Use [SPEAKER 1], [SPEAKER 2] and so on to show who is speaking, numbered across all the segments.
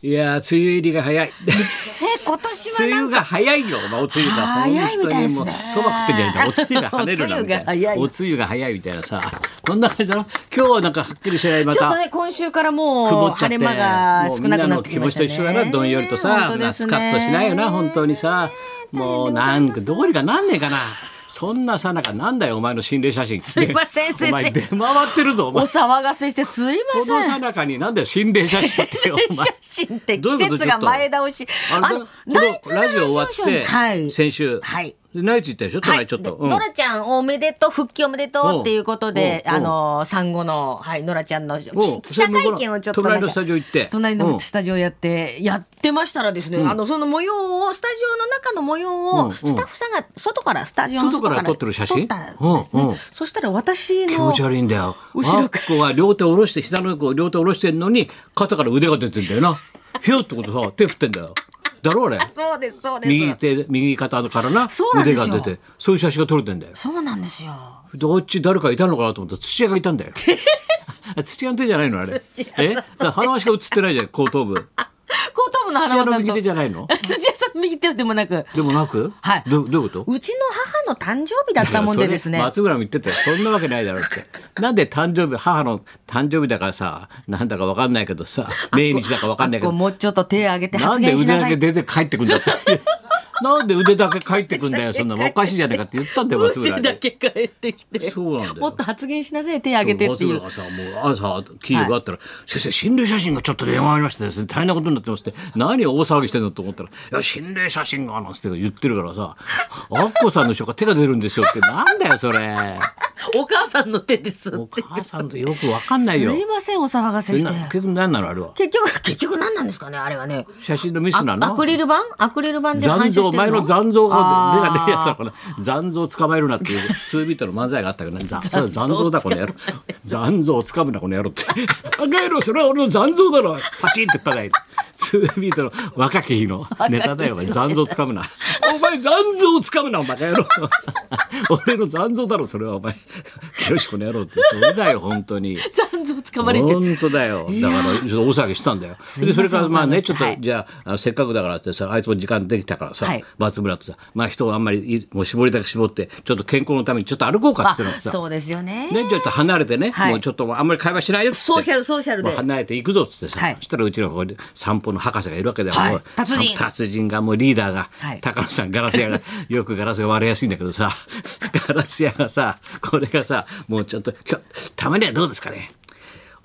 [SPEAKER 1] いやー梅雨入りが 早い。
[SPEAKER 2] え今年は
[SPEAKER 1] 梅
[SPEAKER 2] なん
[SPEAKER 1] 雨が早いよ、まあ、お梅雨が
[SPEAKER 2] 早いみたいで
[SPEAKER 1] 本当にも
[SPEAKER 2] すね
[SPEAKER 1] うそば食ってんじゃない んだお梅雨が跳ねるなみたい
[SPEAKER 2] お
[SPEAKER 1] な
[SPEAKER 2] 梅雨が早い
[SPEAKER 1] お梅雨が早いみたいなさこんな感じだろ今日はなんかはっきりしてないま
[SPEAKER 2] ちょったとね今週からも
[SPEAKER 1] 曇っ
[SPEAKER 2] う
[SPEAKER 1] ちゃっ
[SPEAKER 2] 晴
[SPEAKER 1] て
[SPEAKER 2] れ間が少なくなってきましたね。
[SPEAKER 1] もうみんなの気持ちと一緒だなどんよりとさ、
[SPEAKER 2] 本当
[SPEAKER 1] ま
[SPEAKER 2] で
[SPEAKER 1] あ
[SPEAKER 2] す
[SPEAKER 1] ス
[SPEAKER 2] ね
[SPEAKER 1] カッとしないよな本当にさもうなんかどうにかなんねえかなそんなさなんかなんだよお前の心霊写真す
[SPEAKER 2] いません先生
[SPEAKER 1] お前出回ってるぞお
[SPEAKER 2] お
[SPEAKER 1] 前
[SPEAKER 2] 騒がせしてすい
[SPEAKER 1] こ
[SPEAKER 2] ま
[SPEAKER 1] の
[SPEAKER 2] せ
[SPEAKER 1] さ
[SPEAKER 2] ん。
[SPEAKER 1] なかになんだよ心霊写真ってお前
[SPEAKER 2] 写真って
[SPEAKER 1] どう
[SPEAKER 2] 季
[SPEAKER 1] いうこと
[SPEAKER 2] 節が前倒し。
[SPEAKER 1] あのこの
[SPEAKER 2] ナイツ
[SPEAKER 1] ラジオ終わ
[SPEAKER 2] 少々には
[SPEAKER 1] っ
[SPEAKER 2] い
[SPEAKER 1] て先週、
[SPEAKER 2] はい
[SPEAKER 1] でナイツ行ったでしょ
[SPEAKER 2] は
[SPEAKER 1] 隣
[SPEAKER 2] い、
[SPEAKER 1] ちょっと、
[SPEAKER 2] でノラちゃんおめでとう復帰おめでとうっていうことで、
[SPEAKER 1] うんうん
[SPEAKER 2] あの産後のはいノラちゃんの記
[SPEAKER 1] うん
[SPEAKER 2] 者会見をちょっとなん
[SPEAKER 1] 隣
[SPEAKER 2] か
[SPEAKER 1] のスタジオ行って
[SPEAKER 2] 隣
[SPEAKER 1] う
[SPEAKER 2] の
[SPEAKER 1] ん
[SPEAKER 2] スタジオやって、やってましたらですね、あのその模様をスタジオの中の模様
[SPEAKER 1] うんうん
[SPEAKER 2] をスタッフさんが外からスタジオの外から
[SPEAKER 1] 外から撮ってる写
[SPEAKER 2] 撮
[SPEAKER 1] 真
[SPEAKER 2] ったんですね、
[SPEAKER 1] うんうん
[SPEAKER 2] そしたら私
[SPEAKER 1] 気
[SPEAKER 2] の
[SPEAKER 1] 持ち悪いんだよ
[SPEAKER 2] 後ろ
[SPEAKER 1] あ
[SPEAKER 2] から
[SPEAKER 1] っこは両手下ろして膝の横を両手下ろしてんのに肩から腕が出てんだよなひゅってことさ手振ってんだよだろあれ
[SPEAKER 2] そうですそうです
[SPEAKER 1] 右手右肩からな
[SPEAKER 2] そうなんで
[SPEAKER 1] 腕
[SPEAKER 2] すよ
[SPEAKER 1] が出てそういう写真が撮れてんだよ
[SPEAKER 2] そうなんですよ
[SPEAKER 1] どっち誰かいたのかなと思ったら土屋がいたんだよあ土屋の手じゃないのあれ
[SPEAKER 2] 土屋さん
[SPEAKER 1] えだから花輪しか写ってないじゃん後頭部
[SPEAKER 2] 後頭部の花輪さ
[SPEAKER 1] 土屋
[SPEAKER 2] んと
[SPEAKER 1] の右手じゃないの
[SPEAKER 2] 土屋さん右手でもなく
[SPEAKER 1] でもなく、
[SPEAKER 2] はい
[SPEAKER 1] どどういうこと
[SPEAKER 2] うちの母の誕生日だったもんでですね
[SPEAKER 1] いやそれ松村も言ってたよそんなわけないだろう ってなんで誕生日母の誕生日だからさなんだかわかんないけどさ命日だかわかんないけ
[SPEAKER 2] こう
[SPEAKER 1] ど
[SPEAKER 2] もうちょっと手を挙げて
[SPEAKER 1] な
[SPEAKER 2] 発
[SPEAKER 1] んで
[SPEAKER 2] 言し
[SPEAKER 1] 腕だ
[SPEAKER 2] なさい
[SPEAKER 1] け
[SPEAKER 2] って
[SPEAKER 1] 出て帰ってくんだって なんで腕だけ帰ってくんだよそんなの おかしいじゃないかって言ったんだよ松村
[SPEAKER 2] 腕
[SPEAKER 1] に
[SPEAKER 2] だけ帰ってきて
[SPEAKER 1] そうなんだよ
[SPEAKER 2] もっと発言しなさい手挙げてっ
[SPEAKER 1] 松
[SPEAKER 2] てい
[SPEAKER 1] 村
[SPEAKER 2] う
[SPEAKER 1] がさもう朝キーがあったら、先生心霊写真がちょっと電話ありましてですね大変なことになってますって何を大騒ぎしてんだと思ったら「いや心霊写真が」なんつって言ってるからさ「アッコさんの人が手が出るんですよ」ってなんだよそれ。
[SPEAKER 2] お母さんの手です
[SPEAKER 1] お母さんとよくわかんな
[SPEAKER 2] す
[SPEAKER 1] いよ。
[SPEAKER 2] いませんお騒がせして
[SPEAKER 1] な結局何なのあれは。
[SPEAKER 2] 結局結局何なんですかねあれはね
[SPEAKER 1] 写真のミスな
[SPEAKER 2] あア
[SPEAKER 1] の
[SPEAKER 2] クリル板アクリル板で反射
[SPEAKER 1] 残像
[SPEAKER 2] してるの
[SPEAKER 1] 前の残像が出が出るやつだ
[SPEAKER 2] あ
[SPEAKER 1] から残像を捕まえるなっていうツービートの漫才があったけどねざそれは残像だこの野郎残像を捕むなこの野郎ってバカ野郎それは俺の残像だろパチンって叩いてツービートの若き日のネタだよお前残像掴むなお前残像を掴むなお前野郎俺の残像だろそれはお前清しこの野郎ってそれだよ本当に
[SPEAKER 2] ー残像掴まれちゃう
[SPEAKER 1] 本当だよだからちょっと大騒ぎしたんだよ
[SPEAKER 2] いません
[SPEAKER 1] でそれからまあね
[SPEAKER 2] 大騒ぎ
[SPEAKER 1] ち
[SPEAKER 2] し
[SPEAKER 1] ょ
[SPEAKER 2] て
[SPEAKER 1] っと、
[SPEAKER 2] はい
[SPEAKER 1] じゃああのせっかくだからってさあいつも時間できたからさ、
[SPEAKER 2] はい
[SPEAKER 1] 松村とさまあ人をあんまりいもう絞りだけ絞ってちょっと健康のためにちょっと歩こうかって言って
[SPEAKER 2] あ
[SPEAKER 1] さ
[SPEAKER 2] そうですよね
[SPEAKER 1] ね、ちょっと離れてね、
[SPEAKER 2] はい
[SPEAKER 1] もうちょっともうあんまり会話しないよっつって
[SPEAKER 2] ソーシャルソーシャルで
[SPEAKER 1] もう離れていくぞっつってさ、
[SPEAKER 2] はい
[SPEAKER 1] そしたらうちの方で散歩の博士がいるわけだよ、
[SPEAKER 2] はい
[SPEAKER 1] もう
[SPEAKER 2] 達人
[SPEAKER 1] 達人がもうリーダーが、
[SPEAKER 2] はい
[SPEAKER 1] 高野さんガラス 屋がよくガラスが割れやすいんだけどさガラス屋がさこれがさもうちょっと今日たまにはどうですかね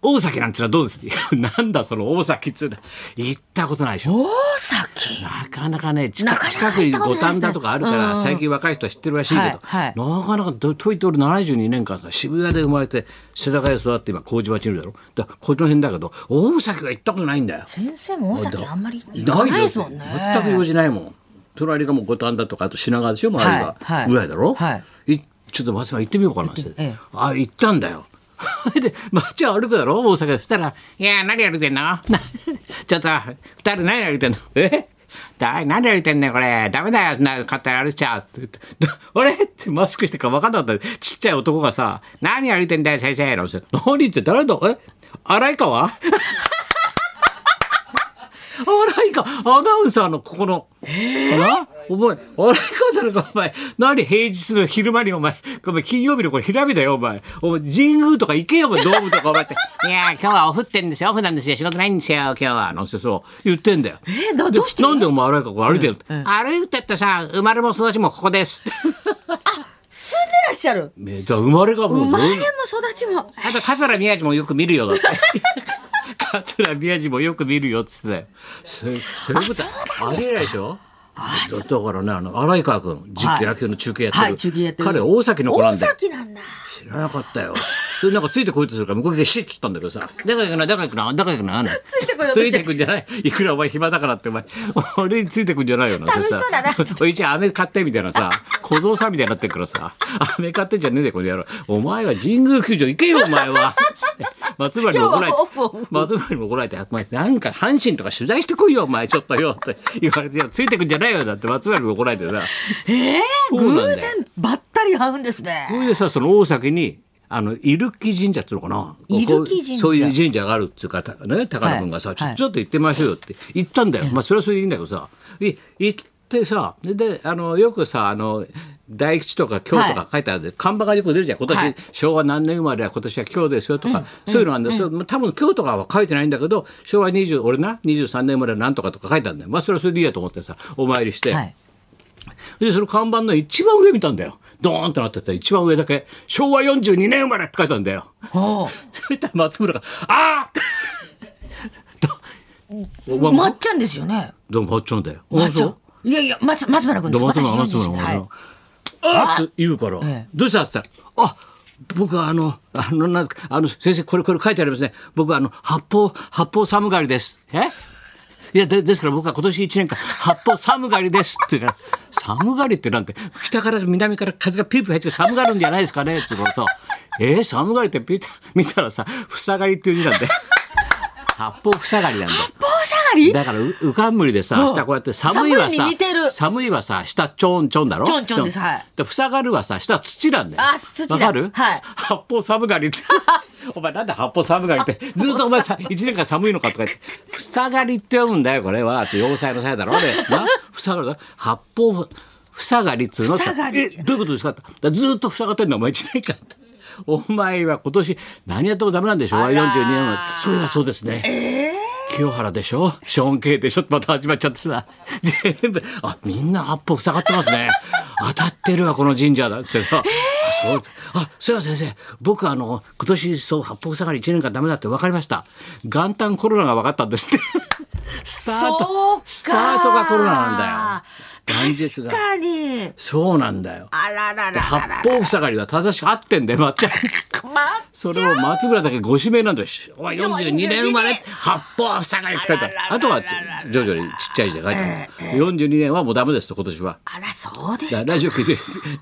[SPEAKER 1] 大崎なんてのはどうです いやなんだその大崎っつうの行ったことないでしょ
[SPEAKER 2] 大崎
[SPEAKER 1] なかなかね近
[SPEAKER 2] なかなか
[SPEAKER 1] 近くに
[SPEAKER 2] 行ったこと
[SPEAKER 1] 五
[SPEAKER 2] ないで
[SPEAKER 1] 反
[SPEAKER 2] すね
[SPEAKER 1] 田とかあるから、最近若い人は知ってるらしいけど、
[SPEAKER 2] はいはい
[SPEAKER 1] なかなかど遠いと俺72年間さ渋谷で生まれて世田谷で育って今麹町にいるだろだからこの辺だけど大崎は行ったことないんだよ。
[SPEAKER 2] 先生も大崎あんまり行
[SPEAKER 1] よ
[SPEAKER 2] かないですもんね
[SPEAKER 1] 全く用事ないもん隣がもう五反田とかあと品川でしょ周りが、
[SPEAKER 2] はいはい
[SPEAKER 1] ぐらいだろ、、
[SPEAKER 2] はい
[SPEAKER 1] ちょっと松島行ってみようかなって
[SPEAKER 2] 行ってええ
[SPEAKER 1] あ行ったんだよ で街を歩くだろ大阪そしたら「いや何歩いてんの なちょっと二人何歩いてんのえだい何歩いてんねんこれダメだよそんな勝手に歩いちゃう」って 言ってだ「あれ?」ってマスクしてるから分かんなかったちっちゃい男がさ「何歩いてんだよ先生」なんて言って何って誰だえ荒井川荒井川アナウンサーのここの。あらお前、荒井川だろか、お前。何平日の昼間にお前、お前金曜日のこれ、ひらびだよ、お前。お前、神宮とか行けよ、お前、ドームとか、お前 って。いやー、今日はオフってんですよ、オフなんですよ、仕事ないんですよ、今日は。なんてそう、言ってんだよ。
[SPEAKER 2] えどどうして
[SPEAKER 1] なんでお前、荒井川これ歩いてるの、歩いてってさ、生まれも育ちもここですって。
[SPEAKER 2] 住んでらっしゃる
[SPEAKER 1] めじゃあ生まれがもう
[SPEAKER 2] 生
[SPEAKER 1] ず
[SPEAKER 2] まれも
[SPEAKER 1] っと
[SPEAKER 2] 育ちも
[SPEAKER 1] あと桂宮治もよく見るよだって。 桂宮治もよく見るよっつってたよ。そういうことありえないでしょ。だだからねあの荒井川君、実
[SPEAKER 2] はい
[SPEAKER 1] 野球の中継やってる,、
[SPEAKER 2] はい中継やってる
[SPEAKER 1] 彼大崎の子な
[SPEAKER 2] 大
[SPEAKER 1] んだよ
[SPEAKER 2] 崎なんだ
[SPEAKER 1] 知らなかったよ それでなんかついてこいとするから向こうがシッて来たんだけどさ「どこ行くなどこ行くなどこ行くな」つ
[SPEAKER 2] いてこようと
[SPEAKER 1] つ
[SPEAKER 2] し
[SPEAKER 1] い
[SPEAKER 2] て
[SPEAKER 1] てくんじゃないいくらお前暇だからってお前 俺についてくんじゃないよな
[SPEAKER 2] 楽しそうだな
[SPEAKER 1] そ したらおいちゃん飴買ってみたいな さ小僧さんみたいになってるからさ飴買ってんじゃねえでこの野郎お前は神宮球場行けよお前 はつって松村にも怒られて
[SPEAKER 2] 今日はオフオフ
[SPEAKER 1] 松村にも怒られて「お前なんか阪神とか取材してこいよお前ちょっとよ」って言われていや「ついてくんじゃないよ」だって松村にも怒られてさ
[SPEAKER 2] ええ
[SPEAKER 1] そうなんだよ
[SPEAKER 2] 偶然ばったり会うんですね
[SPEAKER 1] それでさその大崎にあのイルキ神社っていうのかな
[SPEAKER 2] イルキ神社
[SPEAKER 1] こうそういう神社があるっていう方ね高野君がさ、
[SPEAKER 2] はい
[SPEAKER 1] ちょ
[SPEAKER 2] はい
[SPEAKER 1] ちょっと行ってみましょうよって言ったんだよ、まあそれはそれでいいんだけどさい行ってさであのよくさあの大吉とか京とか書いてあるで、看板がよく出るじゃん今年、
[SPEAKER 2] はい
[SPEAKER 1] 昭和何年生まれは今年は今日ですよとか、そういうのがあるんだよ、それ多分今日とかは書いてないんだけど昭和20俺な23年生まれはなんとかとか書いてあるんだよまあそれはそれでいいやと思ってさお参りして、
[SPEAKER 2] はい。
[SPEAKER 1] でその看板の一番上見たんだよドーンとなってた一番上だけ「昭和42年生まれ」って書いてあるんだよ
[SPEAKER 2] ほう。
[SPEAKER 1] そしたら松村が「ああ!」どどうも
[SPEAKER 2] まっちゃんですよね。
[SPEAKER 1] どうもほっちゃんだよ。
[SPEAKER 2] ま
[SPEAKER 1] あ
[SPEAKER 2] っちゃ。
[SPEAKER 1] そうん
[SPEAKER 2] いやいや、松、松原君で
[SPEAKER 1] どう
[SPEAKER 2] す。
[SPEAKER 1] も松
[SPEAKER 2] 私、
[SPEAKER 1] 村松村
[SPEAKER 2] 40
[SPEAKER 1] 松
[SPEAKER 2] です。
[SPEAKER 1] 村
[SPEAKER 2] はい。
[SPEAKER 1] あっつ言うから
[SPEAKER 2] ええ
[SPEAKER 1] 「どうした?」って言ったら「あ僕はあのあのなんかあの先生これこれ書いてありますね僕はあの八方八方寒がりです」えいやでですから僕は今年1年間八方寒がりですって言うから 「寒がりってなんて北から南から風がピープ入って寒がるんじゃないですかね」って言うからさ「えー、寒がりってピー見たらさ塞がりっていう字なんで八方塞がりなんだよ
[SPEAKER 2] 棒下がり
[SPEAKER 1] だからう、うかんむりで
[SPEAKER 2] う
[SPEAKER 1] さ、
[SPEAKER 2] ん
[SPEAKER 1] 下こうやって寒いは
[SPEAKER 2] 寒い
[SPEAKER 1] さ
[SPEAKER 2] に似てる、
[SPEAKER 1] 寒いはさ、下ちょんちょんだろ
[SPEAKER 2] ちょんちょんですはい。
[SPEAKER 1] で、塞がるはさ、下土なんだよ。
[SPEAKER 2] あ土だ
[SPEAKER 1] わかる
[SPEAKER 2] はい
[SPEAKER 1] 八方寒が りって。お前なんで八方寒がりって、ずっとお前さ、一年間寒いのかとか言って、塞がりって読むんだよ、これは。って、要塞の際だろ で、な、塞がるだ。八方、塞がりっつうの
[SPEAKER 2] 塞がり
[SPEAKER 1] え、どういうことですかって。だからずっと塞がってんだ、お前一年間って。お前は今年何やってもダメなんでしょ昭和
[SPEAKER 2] あらー
[SPEAKER 1] 42年はそういえばそうですね。清原でしょショーン・ケイでしょまた始まっちゃってさ全部あみんな八方塞がってますね当たってるわこの神社だっつってさ、あそうあそういえば先生僕あの今年そう八方塞がり1年間ダメだって分かりました元旦コロナが分かったんですって スター
[SPEAKER 2] そう
[SPEAKER 1] ト
[SPEAKER 2] か。
[SPEAKER 1] スタートがコロナなんだよ元日
[SPEAKER 2] 確
[SPEAKER 1] が
[SPEAKER 2] かに。
[SPEAKER 1] そうなんだよ
[SPEAKER 2] あららららら。
[SPEAKER 1] 八方塞がりは正しく合ってんだよまっちゃん
[SPEAKER 2] ま
[SPEAKER 1] それを松村だけご指名なんだよ。お前42
[SPEAKER 2] 42
[SPEAKER 1] 年生まれ、八方塞がりって書いてある。あ
[SPEAKER 2] あ
[SPEAKER 1] と
[SPEAKER 2] ららら
[SPEAKER 1] は
[SPEAKER 2] らら
[SPEAKER 1] 徐々にちっちゃい字で書いてある。42年はもうダメですと、今年 は。
[SPEAKER 2] あら、そうで
[SPEAKER 1] だか
[SPEAKER 2] し
[SPEAKER 1] ら
[SPEAKER 2] た。
[SPEAKER 1] ラジオ聞いて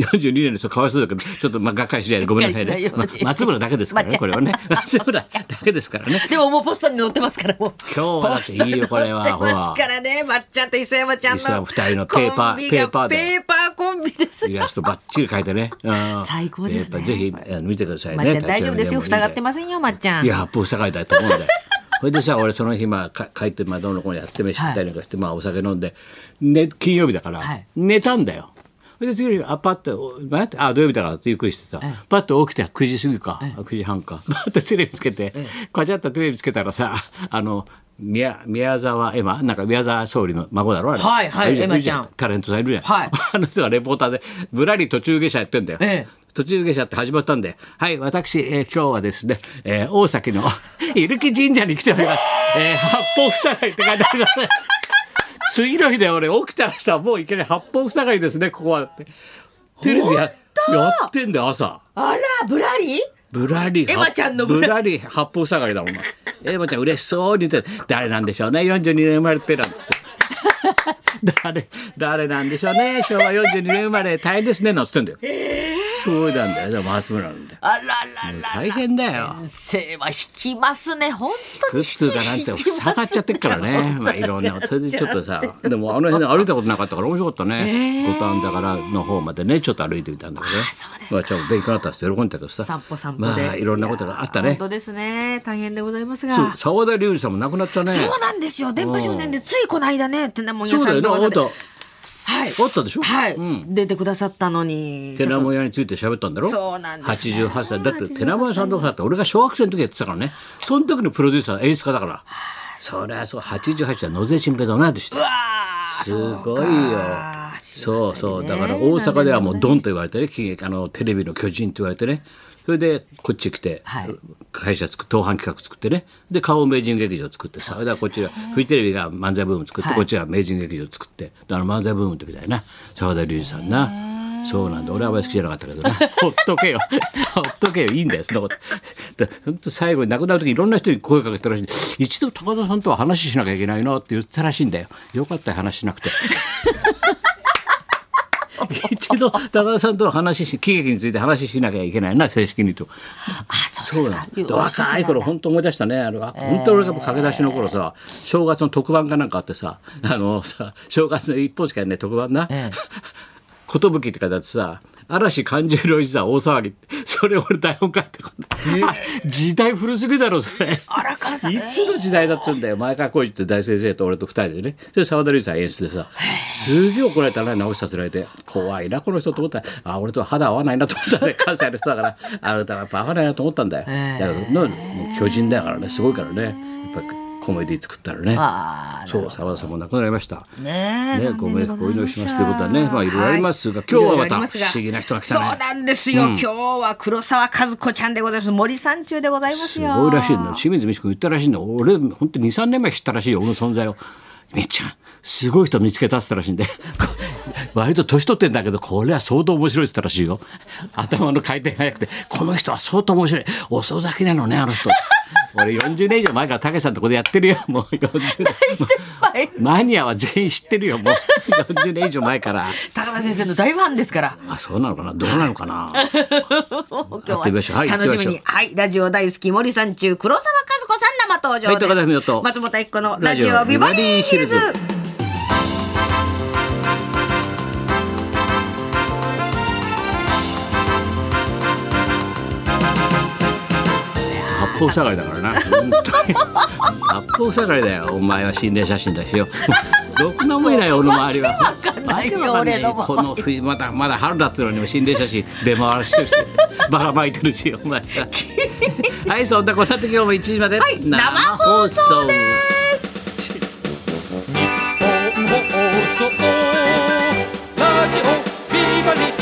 [SPEAKER 1] 42年の人かわいそうだけどちょっとまあがっかりしないでごめんなさい
[SPEAKER 2] がっかり
[SPEAKER 1] ね
[SPEAKER 2] しな
[SPEAKER 1] ま
[SPEAKER 2] いように
[SPEAKER 1] 松村だけですから
[SPEAKER 2] まっち
[SPEAKER 1] ね
[SPEAKER 2] ゃん
[SPEAKER 1] これは ね松村だけですからね
[SPEAKER 2] でももうポストに載ってますから、もう。
[SPEAKER 1] 今日はだっていいよこれは
[SPEAKER 2] ポストに載ってますからね、まっちゃんと磯山ちゃんの。
[SPEAKER 1] 磯山二人のペーパー
[SPEAKER 2] コンビが
[SPEAKER 1] ペーパーで
[SPEAKER 2] ペーパーコンビです
[SPEAKER 1] イ
[SPEAKER 2] よ。
[SPEAKER 1] ラストばっちり書いてねうん
[SPEAKER 2] 最高ですね
[SPEAKER 1] やっぱぜひあの見てください
[SPEAKER 2] まっ
[SPEAKER 1] ね
[SPEAKER 2] ちゃん大丈夫ですよ。塞がってませんよ、まっちゃん。
[SPEAKER 1] いや、八方塞がりだと思うんだよ。 それでさ、俺その日、まあ、か帰って、まあ、どうのこうのやって飯行ったりなんかして、まあ、お酒飲んで、ね、金曜日だから、
[SPEAKER 2] はい
[SPEAKER 1] 寝たんだよ。それで次の日、あ、パッと、お待ってあ、土曜日だからってゆっくりしてさ、パッと起きて9時過ぎか、9時半か、パ ッとテレビつけて、カチャッとテレビつけたらさ、あ の、宮宮沢エマなんか宮沢総理の孫だろあれ
[SPEAKER 2] はいはい
[SPEAKER 1] あれじゃん
[SPEAKER 2] エマちゃん
[SPEAKER 1] いるじタレントさんいるじゃん、
[SPEAKER 2] はい
[SPEAKER 1] あの人がレポーターでぶらり途中下車やってんだよ、
[SPEAKER 2] ええ
[SPEAKER 1] 途中下車って始まったんで、はい、私、えー今日はですね、えー大崎の 入木神社に来ております。えー八方塞がりって書いてあります。 次の日で俺起きたらさ、もういきなり八方塞がりですね、ここはって。テレビややってんだよ、朝。
[SPEAKER 2] あら、ぶらり
[SPEAKER 1] ぶらり
[SPEAKER 2] エマちゃんの
[SPEAKER 1] ぶ
[SPEAKER 2] ぶ
[SPEAKER 1] らり八方下がりだもんな エマちゃん嬉しそうに言って誰なんでしょうね42年生まれってなんつって 誰誰なんでしょうね昭和42年生まれ大変ですねなんつってんだよ、そうなんだよでも松村なんだよ
[SPEAKER 2] あらららら。
[SPEAKER 1] 大変だよ
[SPEAKER 2] 先生は引きますね、本当
[SPEAKER 1] グ
[SPEAKER 2] に
[SPEAKER 1] ッズだなんて塞がっちゃってっから ね、まあ、いろんなそれでちょっとさでもあの辺歩いたことなかったから面白かったね五反田からの方までねちょっと歩いてみたんだけどね
[SPEAKER 2] あそうですか
[SPEAKER 1] まあちょっと勉強になったんです喜んだけどさ
[SPEAKER 2] 散歩散歩で。
[SPEAKER 1] まあいろんなことがあった
[SPEAKER 2] 本
[SPEAKER 1] ね
[SPEAKER 2] 当ですね。大変でございます
[SPEAKER 1] そう
[SPEAKER 2] が。
[SPEAKER 1] 沢田龍二さんも亡くなったね
[SPEAKER 2] そうなんですよ。電波少年でついこの間ね、てなもん屋
[SPEAKER 1] そう
[SPEAKER 2] さ
[SPEAKER 1] だ
[SPEAKER 2] ん
[SPEAKER 1] よ
[SPEAKER 2] に
[SPEAKER 1] ね、あ
[SPEAKER 2] 動画
[SPEAKER 1] な
[SPEAKER 2] で
[SPEAKER 1] た、
[SPEAKER 2] はい。
[SPEAKER 1] あったでしょ
[SPEAKER 2] はい、
[SPEAKER 1] うん。
[SPEAKER 2] 出てくださったのに。
[SPEAKER 1] テナ
[SPEAKER 2] ちょっ
[SPEAKER 1] モヤについて喋ったんだろ
[SPEAKER 2] そうなんですね
[SPEAKER 1] 88歳。だって、
[SPEAKER 2] 88
[SPEAKER 1] テナモヤさんとかだって、俺が小学生の時やってたからね。その時のプロデューサー、演出家だから。そりゃそう、88歳、野勢新平と同い年
[SPEAKER 2] とう
[SPEAKER 1] だ。
[SPEAKER 2] わー
[SPEAKER 1] すごいよ
[SPEAKER 2] そう
[SPEAKER 1] そ
[SPEAKER 2] か。
[SPEAKER 1] うそう。
[SPEAKER 2] ね
[SPEAKER 1] だから大阪ではもうドンと言われてね、きあの、テレビの巨人と言われてね。それで、こっち来て
[SPEAKER 2] はい、
[SPEAKER 1] 会社作って、当番企画作ってね。で、顔を名人劇場作ってさ、だからこっちは、フジテレビが漫才ブーム作って、
[SPEAKER 2] はい
[SPEAKER 1] こっちは名人劇場作って、あの漫才ブームの時だよな。沢田龍二さんな。そうなんだ。俺はあまり好きじゃなかったけどな。 ほっとけよ。ほっとけよ。いいんだよ、そんなこと。だほんと最後に亡くなる時いろんな人に声かけたらしい。一度高田さんとは話しなきゃいけないなって言ってたらしいんだよ。よかったよ話しなくて。 一度高田さんとは話し喜劇について話ししなきゃいけないな正式にと
[SPEAKER 2] あ、そう
[SPEAKER 1] そ
[SPEAKER 2] で
[SPEAKER 1] う
[SPEAKER 2] す
[SPEAKER 1] な
[SPEAKER 2] か。
[SPEAKER 1] んだ若い頃本当思い出したねあれは、本当俺が駆け出しの頃さ正月の特番かなんかあってさ あのさ正月の一本しかやんない特番な「寿、って書いてあってさ嵐感じるおじさん大騒ぎってそれ俺台本書いてこんあ 時代古すぎだろそれ
[SPEAKER 2] 荒川さん
[SPEAKER 1] いつの時代だっつうんだよ前川浩二って大先生と俺と二人でねそれ沢田瑠衣さん演出でさすげえ怒られたら直しさせられて怖いなこの人と思ったらあ俺と肌合わないなと思ったね 関西の人だからあのだから合わないなと思ったんだよだけどなもう巨人だからねすごいからねやっぱりコメディ作ったらね
[SPEAKER 2] あ
[SPEAKER 1] そう沢田さんも亡くなりました
[SPEAKER 2] ーねえ
[SPEAKER 1] ね、ご冥福をお祈りしますということはねまあいろいろありますが今日はまた不思議な人が来たね
[SPEAKER 2] そうなんですよ、今日は黒沢和子ちゃんでございます森三中でございますよ
[SPEAKER 1] すごいらしいんだ清水美智子言ったらしいんだ俺本当に23年前知ったらしいよ俺の存在をみっちゃんすごい人見つけたってたらしいんでこ 割と年取ってんだけどこれは相当面白いって言ったらしいよ頭の回転が速くてこの人は相当面白い遅咲きなのねあの人 俺40年以上前からたけしさんとこでやってるよもう40年
[SPEAKER 2] 先輩
[SPEAKER 1] マニアは全員知ってるよもう40年以上前から
[SPEAKER 2] 高田先生の大ファンですから
[SPEAKER 1] あそうなのかなどうなのかな
[SPEAKER 2] 今日
[SPEAKER 1] やってみましょうは
[SPEAKER 2] はい楽しみ
[SPEAKER 1] 行
[SPEAKER 2] に
[SPEAKER 1] き
[SPEAKER 2] はいラジオ大好き森三中黒沢和子さん生登場です、
[SPEAKER 1] はい高田文夫と
[SPEAKER 2] 松本明子のラジオビバリーヒルズ
[SPEAKER 1] ビバリーヒ八方下がりだからな本当に八方下がりだよお前は心霊写真だしよろくなもんいないよ俺の周りはわ
[SPEAKER 2] けわかんないよ俺の周り
[SPEAKER 1] この冬まだまだ春だっつうのにも心霊写真出回してるしばらまいてるしお前 ははいそんなこんな時今日も1時まで、
[SPEAKER 2] い生放送
[SPEAKER 1] で
[SPEAKER 3] 日本放送ラジオビバリー